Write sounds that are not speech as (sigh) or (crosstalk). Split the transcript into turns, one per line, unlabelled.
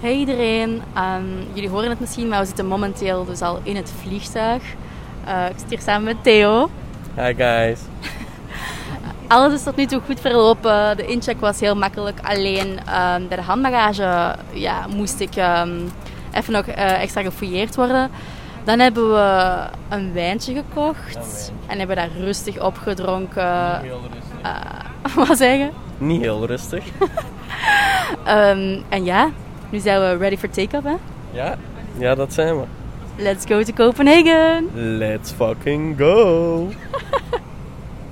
Hey iedereen, Ehm, jullie horen het misschien, maar we zitten momenteel dus al in het vliegtuig. Eh, ik zit hier samen met Theo.
Hi guys.
Alles is tot nu toe goed verlopen. De incheck was heel makkelijk. Alleen ehm, bij de handbagage ja, moest ik ehm, even nog eh, extra gefouilleerd worden. Dan hebben we een wijntje gekocht
Een wijntje.
en hebben daar rustig opgedronken. eh,
heel rustig.
(laughs) Wat zeggen?
Niet heel rustig.
Ehm, en ja, nu zijn we ready for take-up. Hè?
(laughs) ja? Ja, dat zijn we.
Let's go to Copenhagen!
Let's fucking go.